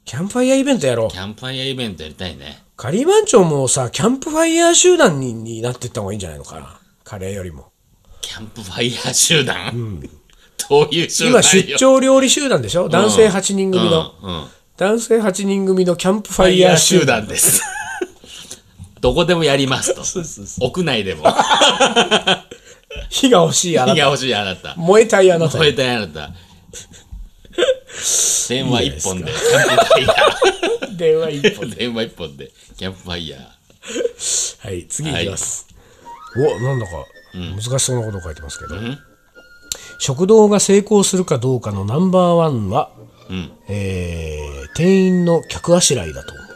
Speaker 1: キャンプファイヤーイベントやろう
Speaker 2: キャンプファイヤーイベントやりたいね。
Speaker 1: カリーマンチョもさキャンプファイヤー集団にになってった方がいいんじゃないのかなカレーよりも
Speaker 2: キャンプファイヤー集団、どういう集団よ
Speaker 1: 今出張料理集団でしょ男性8人組の、
Speaker 2: うんうんフ
Speaker 1: 男性8人組のキャンプフ
Speaker 2: ァ
Speaker 1: ァ
Speaker 2: イ
Speaker 1: イ
Speaker 2: ヤ
Speaker 1: ヤ
Speaker 2: ー
Speaker 1: ー
Speaker 2: 集
Speaker 1: 集団
Speaker 2: 団です。 どこでもやりますと。屋内でも。
Speaker 1: 火が欲しいあな
Speaker 2: 火
Speaker 1: た
Speaker 2: が欲しいあなた。
Speaker 1: 燃えたいあなた
Speaker 2: 燃えたいあなた。電話一本で、キャンプファイヤ
Speaker 1: 電話一本
Speaker 2: ー。電話一本で、キャンプファイヤー。
Speaker 1: はい、次いきます。お、なんだか、難しそうなこと書いてますけど。食堂が成功するかどうかのナンバーワンは、
Speaker 2: うん。
Speaker 1: えー店員の客あしらいだと思う。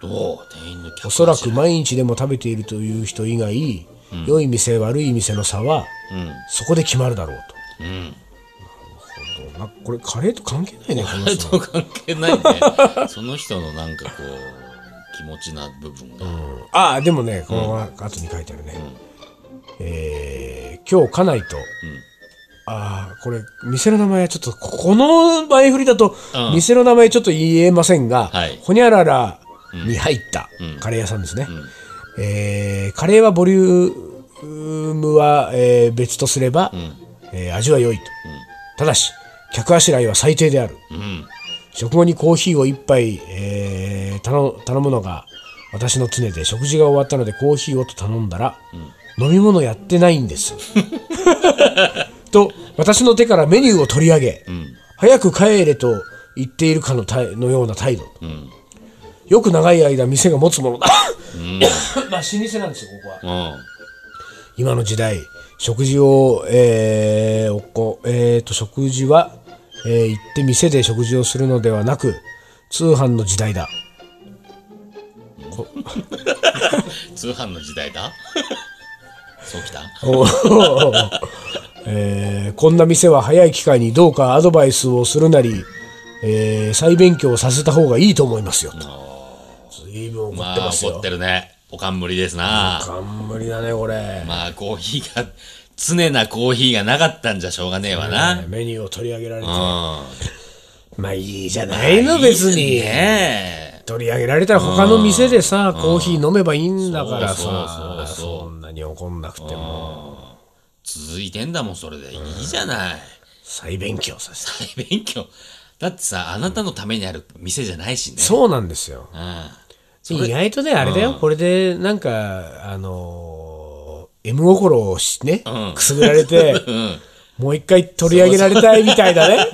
Speaker 2: どう店員の客
Speaker 1: おそらく毎日でも食べているという人以外、良い店、悪い店の差は、そこで決まるだろう
Speaker 2: うん。
Speaker 1: と。なこれ、カレーと関係ないね、この
Speaker 2: あれ
Speaker 1: 人。
Speaker 2: と関係ない ね。その人のなんかこう、気持ちな部分が。
Speaker 1: ああ、でもね、この後に書いてあるね。えー今日、家内と、ああ、これ、店の名前はちょっと、ここの前振りだと、
Speaker 2: うん
Speaker 1: 店の名前ちょっと言えませんが、
Speaker 2: はい
Speaker 1: ほにゃららに入ったカレー屋さんですね。えーカレーはボリュームは、えー別とすれば、えー味は良いと。ただし、客あしらいは最低である。
Speaker 2: うん。
Speaker 1: 食後にコーヒーを一杯、えー頼頼むのが私の常で食事が終わったのでコーヒーをと頼んだら、飲み物やってないんです と私の手からメニューを取り上げ、早く帰れと言っているかの態のような態度、
Speaker 2: ん
Speaker 1: よく長い間店が持つものだ、 まあ老舗なんですよここは
Speaker 2: うん。
Speaker 1: 今の時代食事をえーおこえーと食事は、えー行って店で食事をするのではなく通販の時代だ
Speaker 2: 通販の時代だそうきた
Speaker 1: お えーこんな店は早い機会にどうかアドバイスをするなり、えー再勉強させた方がいいと思いますよと随分怒
Speaker 2: ま
Speaker 1: って
Speaker 2: あ
Speaker 1: ます
Speaker 2: 怒っ
Speaker 1: よ
Speaker 2: てるねおかんむりですな
Speaker 1: 冠だねこれ、
Speaker 2: まあコーヒーが常なコーヒーがなかったんじゃしょうがねえわな、
Speaker 1: メニューを取り上げられて
Speaker 2: う
Speaker 1: まあいいじゃない
Speaker 2: ん
Speaker 1: の別に
Speaker 2: ねえ
Speaker 1: 取り上げられたら他の店でさ、コーヒー飲めばいいんだからさ、
Speaker 2: そうそうそうそう
Speaker 1: そんなに怒んなくても、
Speaker 2: 続いてんだもんそれでいいじゃない
Speaker 1: 再勉強させて。
Speaker 2: 大勉強だってさあなたのためにある店じゃないしね
Speaker 1: そうなんですよ。
Speaker 2: うん
Speaker 1: 意外とね、あれだよ、これで、なんか、あのー、M 心をしね、くすぐられ て、もう一回取り上げられたいみたいだね。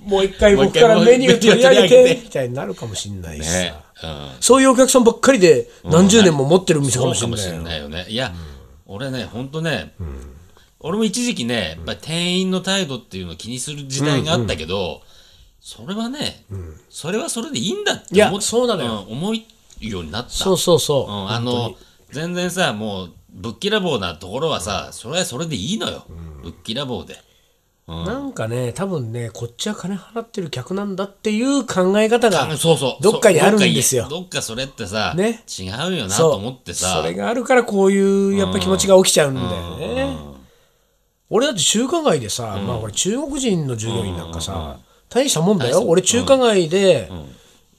Speaker 1: もう一回僕から
Speaker 2: もう
Speaker 1: メ
Speaker 2: 一回
Speaker 1: ニュー取り上げ
Speaker 2: メニュー取り上げ
Speaker 1: て、
Speaker 2: て
Speaker 1: みたいになるかもしんないし
Speaker 2: ね
Speaker 1: さ。
Speaker 2: うん
Speaker 1: そういうお客さんばっかりで、何十年も持ってる店か
Speaker 2: そ
Speaker 1: も
Speaker 2: う
Speaker 1: し
Speaker 2: か
Speaker 1: ん
Speaker 2: も
Speaker 1: ない
Speaker 2: しれ
Speaker 1: よ。
Speaker 2: ないよね。いや、俺ね、ほんとね、俺も一時期ね、やっぱり店員の態度っていうのを気にする時代があったけど、それはね、それはそれでいいんだって思
Speaker 1: いやそうなの
Speaker 2: よ、うん思うようになった。
Speaker 1: そうそうそうう。
Speaker 2: ん、あの、全然さ、もう、ぶっきらぼうなところはさ、それはそれでいいのよ。ぶっきらぼうで。
Speaker 1: なんかね、多分ね、こっちは金払ってる客なんだっていう考え方が
Speaker 2: あ、そうそう。
Speaker 1: どっかに
Speaker 2: そう
Speaker 1: あるんですよ
Speaker 2: どっかそれってさ、
Speaker 1: ね
Speaker 2: 違うよな
Speaker 1: そう
Speaker 2: と思ってさ
Speaker 1: そ、れがあるからこういうやっぱ気持ちが起きちゃうんだよね。俺だって中華街でさ、まあ俺中国人の従業員なんかさ、大したもんだよ。俺中華街で、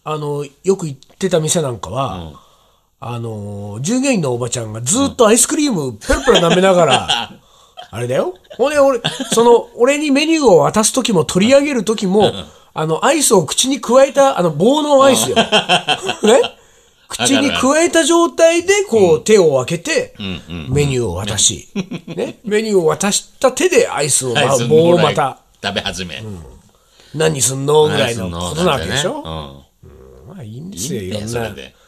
Speaker 1: あの、よく行ってた店なんかは、あの、従業員のおばちゃんがずっとアイスクリームペロペロ舐めなが ら、あれだよ。ほんで、俺、その、俺にメニューを渡す時も取り上げる 時も、あの、アイスを口に加えた、あの、棒のアイスよ。ね口に加えた状態で、こう、手を開けて、
Speaker 2: うんうん
Speaker 1: メニューを渡 し、ね、メニューを渡した手でアイスを、ま
Speaker 2: アイス
Speaker 1: 棒を
Speaker 2: もら
Speaker 1: ま
Speaker 2: い
Speaker 1: た、
Speaker 2: 食べ始め。
Speaker 1: 何すんのぐらい
Speaker 2: ア
Speaker 1: の
Speaker 2: イス
Speaker 1: ことなわけでし
Speaker 2: なん
Speaker 1: ょ。
Speaker 2: かね
Speaker 1: まあいいんで
Speaker 2: うん。
Speaker 1: すよ、い
Speaker 2: いい
Speaker 1: ろ
Speaker 2: ね
Speaker 1: ん
Speaker 2: そ
Speaker 1: な
Speaker 2: れ。で。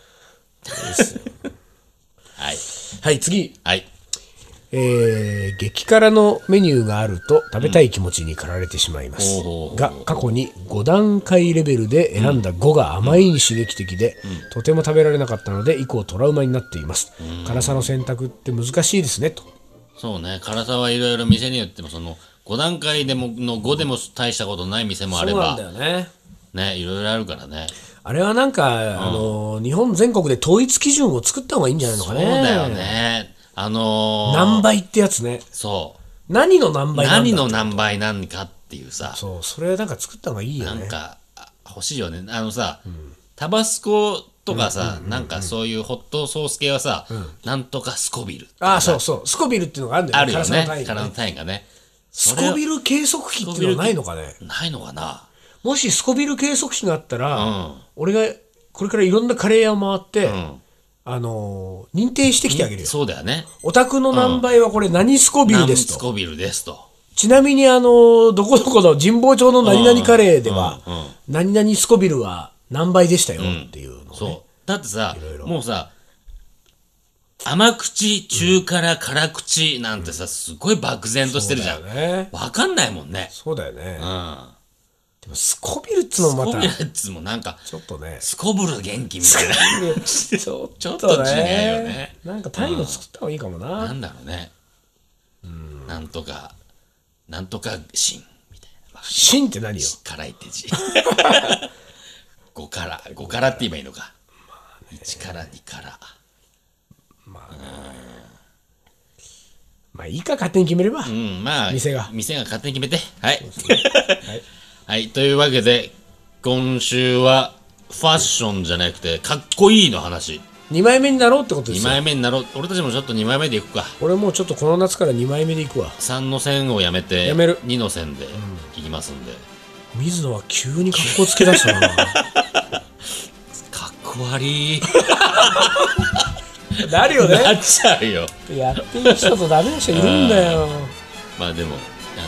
Speaker 2: はい。
Speaker 1: はい、次。
Speaker 2: はい。
Speaker 1: えー激辛のメニューがあると食べたい気持ちに駆られてしまいます、
Speaker 2: うん
Speaker 1: が過去に5段階レベルで選んだ5があまりに刺激的で、とても食べられなかったので以降トラウマになっています、辛さの選択って難しいですねと
Speaker 2: そうね。辛さはいろいろ店によっても、その、5段階でも、の5でも大したことない店もあれば、
Speaker 1: よね
Speaker 2: ね、いろいろあるからね。
Speaker 1: あれはなんか、あの日本全国で統一基準を作った方がいいんじゃないのか
Speaker 2: そう
Speaker 1: ね
Speaker 2: だよね。あのー、
Speaker 1: 何倍ってやつね
Speaker 2: そ
Speaker 1: 何の何
Speaker 2: う。
Speaker 1: 倍なんだ
Speaker 2: 何の何倍なんかっていうさ、
Speaker 1: そうそれなんか作った方がいいよ
Speaker 2: なん
Speaker 1: ね
Speaker 2: か、あ欲しいよね。あのさ、タバスコとかさ、なんかそういうホットソース系はさ、なんとかスコビル。
Speaker 1: ああそうそうスコビルっていうのがあるんだよ
Speaker 2: あるよ
Speaker 1: 辛さ
Speaker 2: ね
Speaker 1: の単位。が
Speaker 2: 体の単位がね。
Speaker 1: ス
Speaker 2: それ
Speaker 1: コビル計測器っていうのはないのかね
Speaker 2: ないのかな
Speaker 1: もしスコビル計測器があったら、
Speaker 2: うん
Speaker 1: 俺がこれからいろんなカレー屋を回って、
Speaker 2: うん。
Speaker 1: あのー認定してきてあげるよ。
Speaker 2: そうだよね。
Speaker 1: お宅の何倍はこれ何スコビル
Speaker 2: 何
Speaker 1: です
Speaker 2: ス
Speaker 1: と。
Speaker 2: コビルですと。
Speaker 1: ちなみにあのーどこどこの神保町の何々カレーでは、
Speaker 2: うんうん
Speaker 1: 何々スコビルは何倍でしたよっていうのをね、
Speaker 2: そう。だってさ
Speaker 1: いろ、
Speaker 2: もうさ、甘口、中辛、辛口なんてさ、すごい漠然としてるじゃん。
Speaker 1: そう
Speaker 2: わ、
Speaker 1: だよね。
Speaker 2: かんないもんね。
Speaker 1: そうだよね。
Speaker 2: うん。
Speaker 1: でもスコビルっつうの
Speaker 2: ス
Speaker 1: も
Speaker 2: コ
Speaker 1: ま
Speaker 2: ブ
Speaker 1: た
Speaker 2: ル、っつもなんか、
Speaker 1: ちょっと ね。
Speaker 2: すこぶる元気みたいな。
Speaker 1: ちょっ
Speaker 2: ちょっと違うよね。
Speaker 1: なんか単位を作った方がいいかもな。
Speaker 2: なんだろうね。なんとか、なんとか芯みたいな。まあ
Speaker 1: 芯って何よ。
Speaker 2: 辛いって 字。5辛。5辛って言えばいいのか。1辛、2辛。
Speaker 1: まあいいか、勝手に決めれば。
Speaker 2: うん、まあ、
Speaker 1: 店が
Speaker 2: 店が勝手に決めて。はい。 はい、というわけで、今週は、ファッションじゃなくて、かっこいいの話。
Speaker 1: 2枚目になろうってことで
Speaker 2: 2
Speaker 1: すよ
Speaker 2: 枚目になろう。俺たちもちょっと2枚目でいくか。
Speaker 1: 俺もうちょっとこの夏から2枚目でいくわ
Speaker 2: 3の線をやめて、
Speaker 1: やめる
Speaker 2: 2の線でいきますんで。
Speaker 1: 水野は急に格好つけ出したな
Speaker 2: かっこ悪い。
Speaker 1: なるよ
Speaker 2: なっちゃうよ。
Speaker 1: やっていく人とダメな人いるんだよ
Speaker 2: まあでも、あ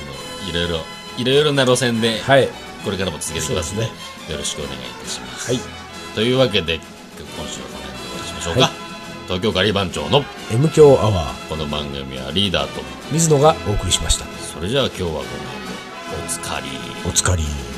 Speaker 2: の、いろいろ、いろいろな路線で、
Speaker 1: はい
Speaker 2: これからも続けていきますね。
Speaker 1: そう
Speaker 2: よろしくお願いいたします。
Speaker 1: はい
Speaker 2: というわけで、今週はこの辺でお会いしましょうか。
Speaker 1: はい
Speaker 2: 東京カリバン長の
Speaker 1: M 強アワ
Speaker 2: この番組はリーダーと、
Speaker 1: ー水野がお送りしました
Speaker 2: それじゃあ今日はこの辺で、おつかり。
Speaker 1: おつかり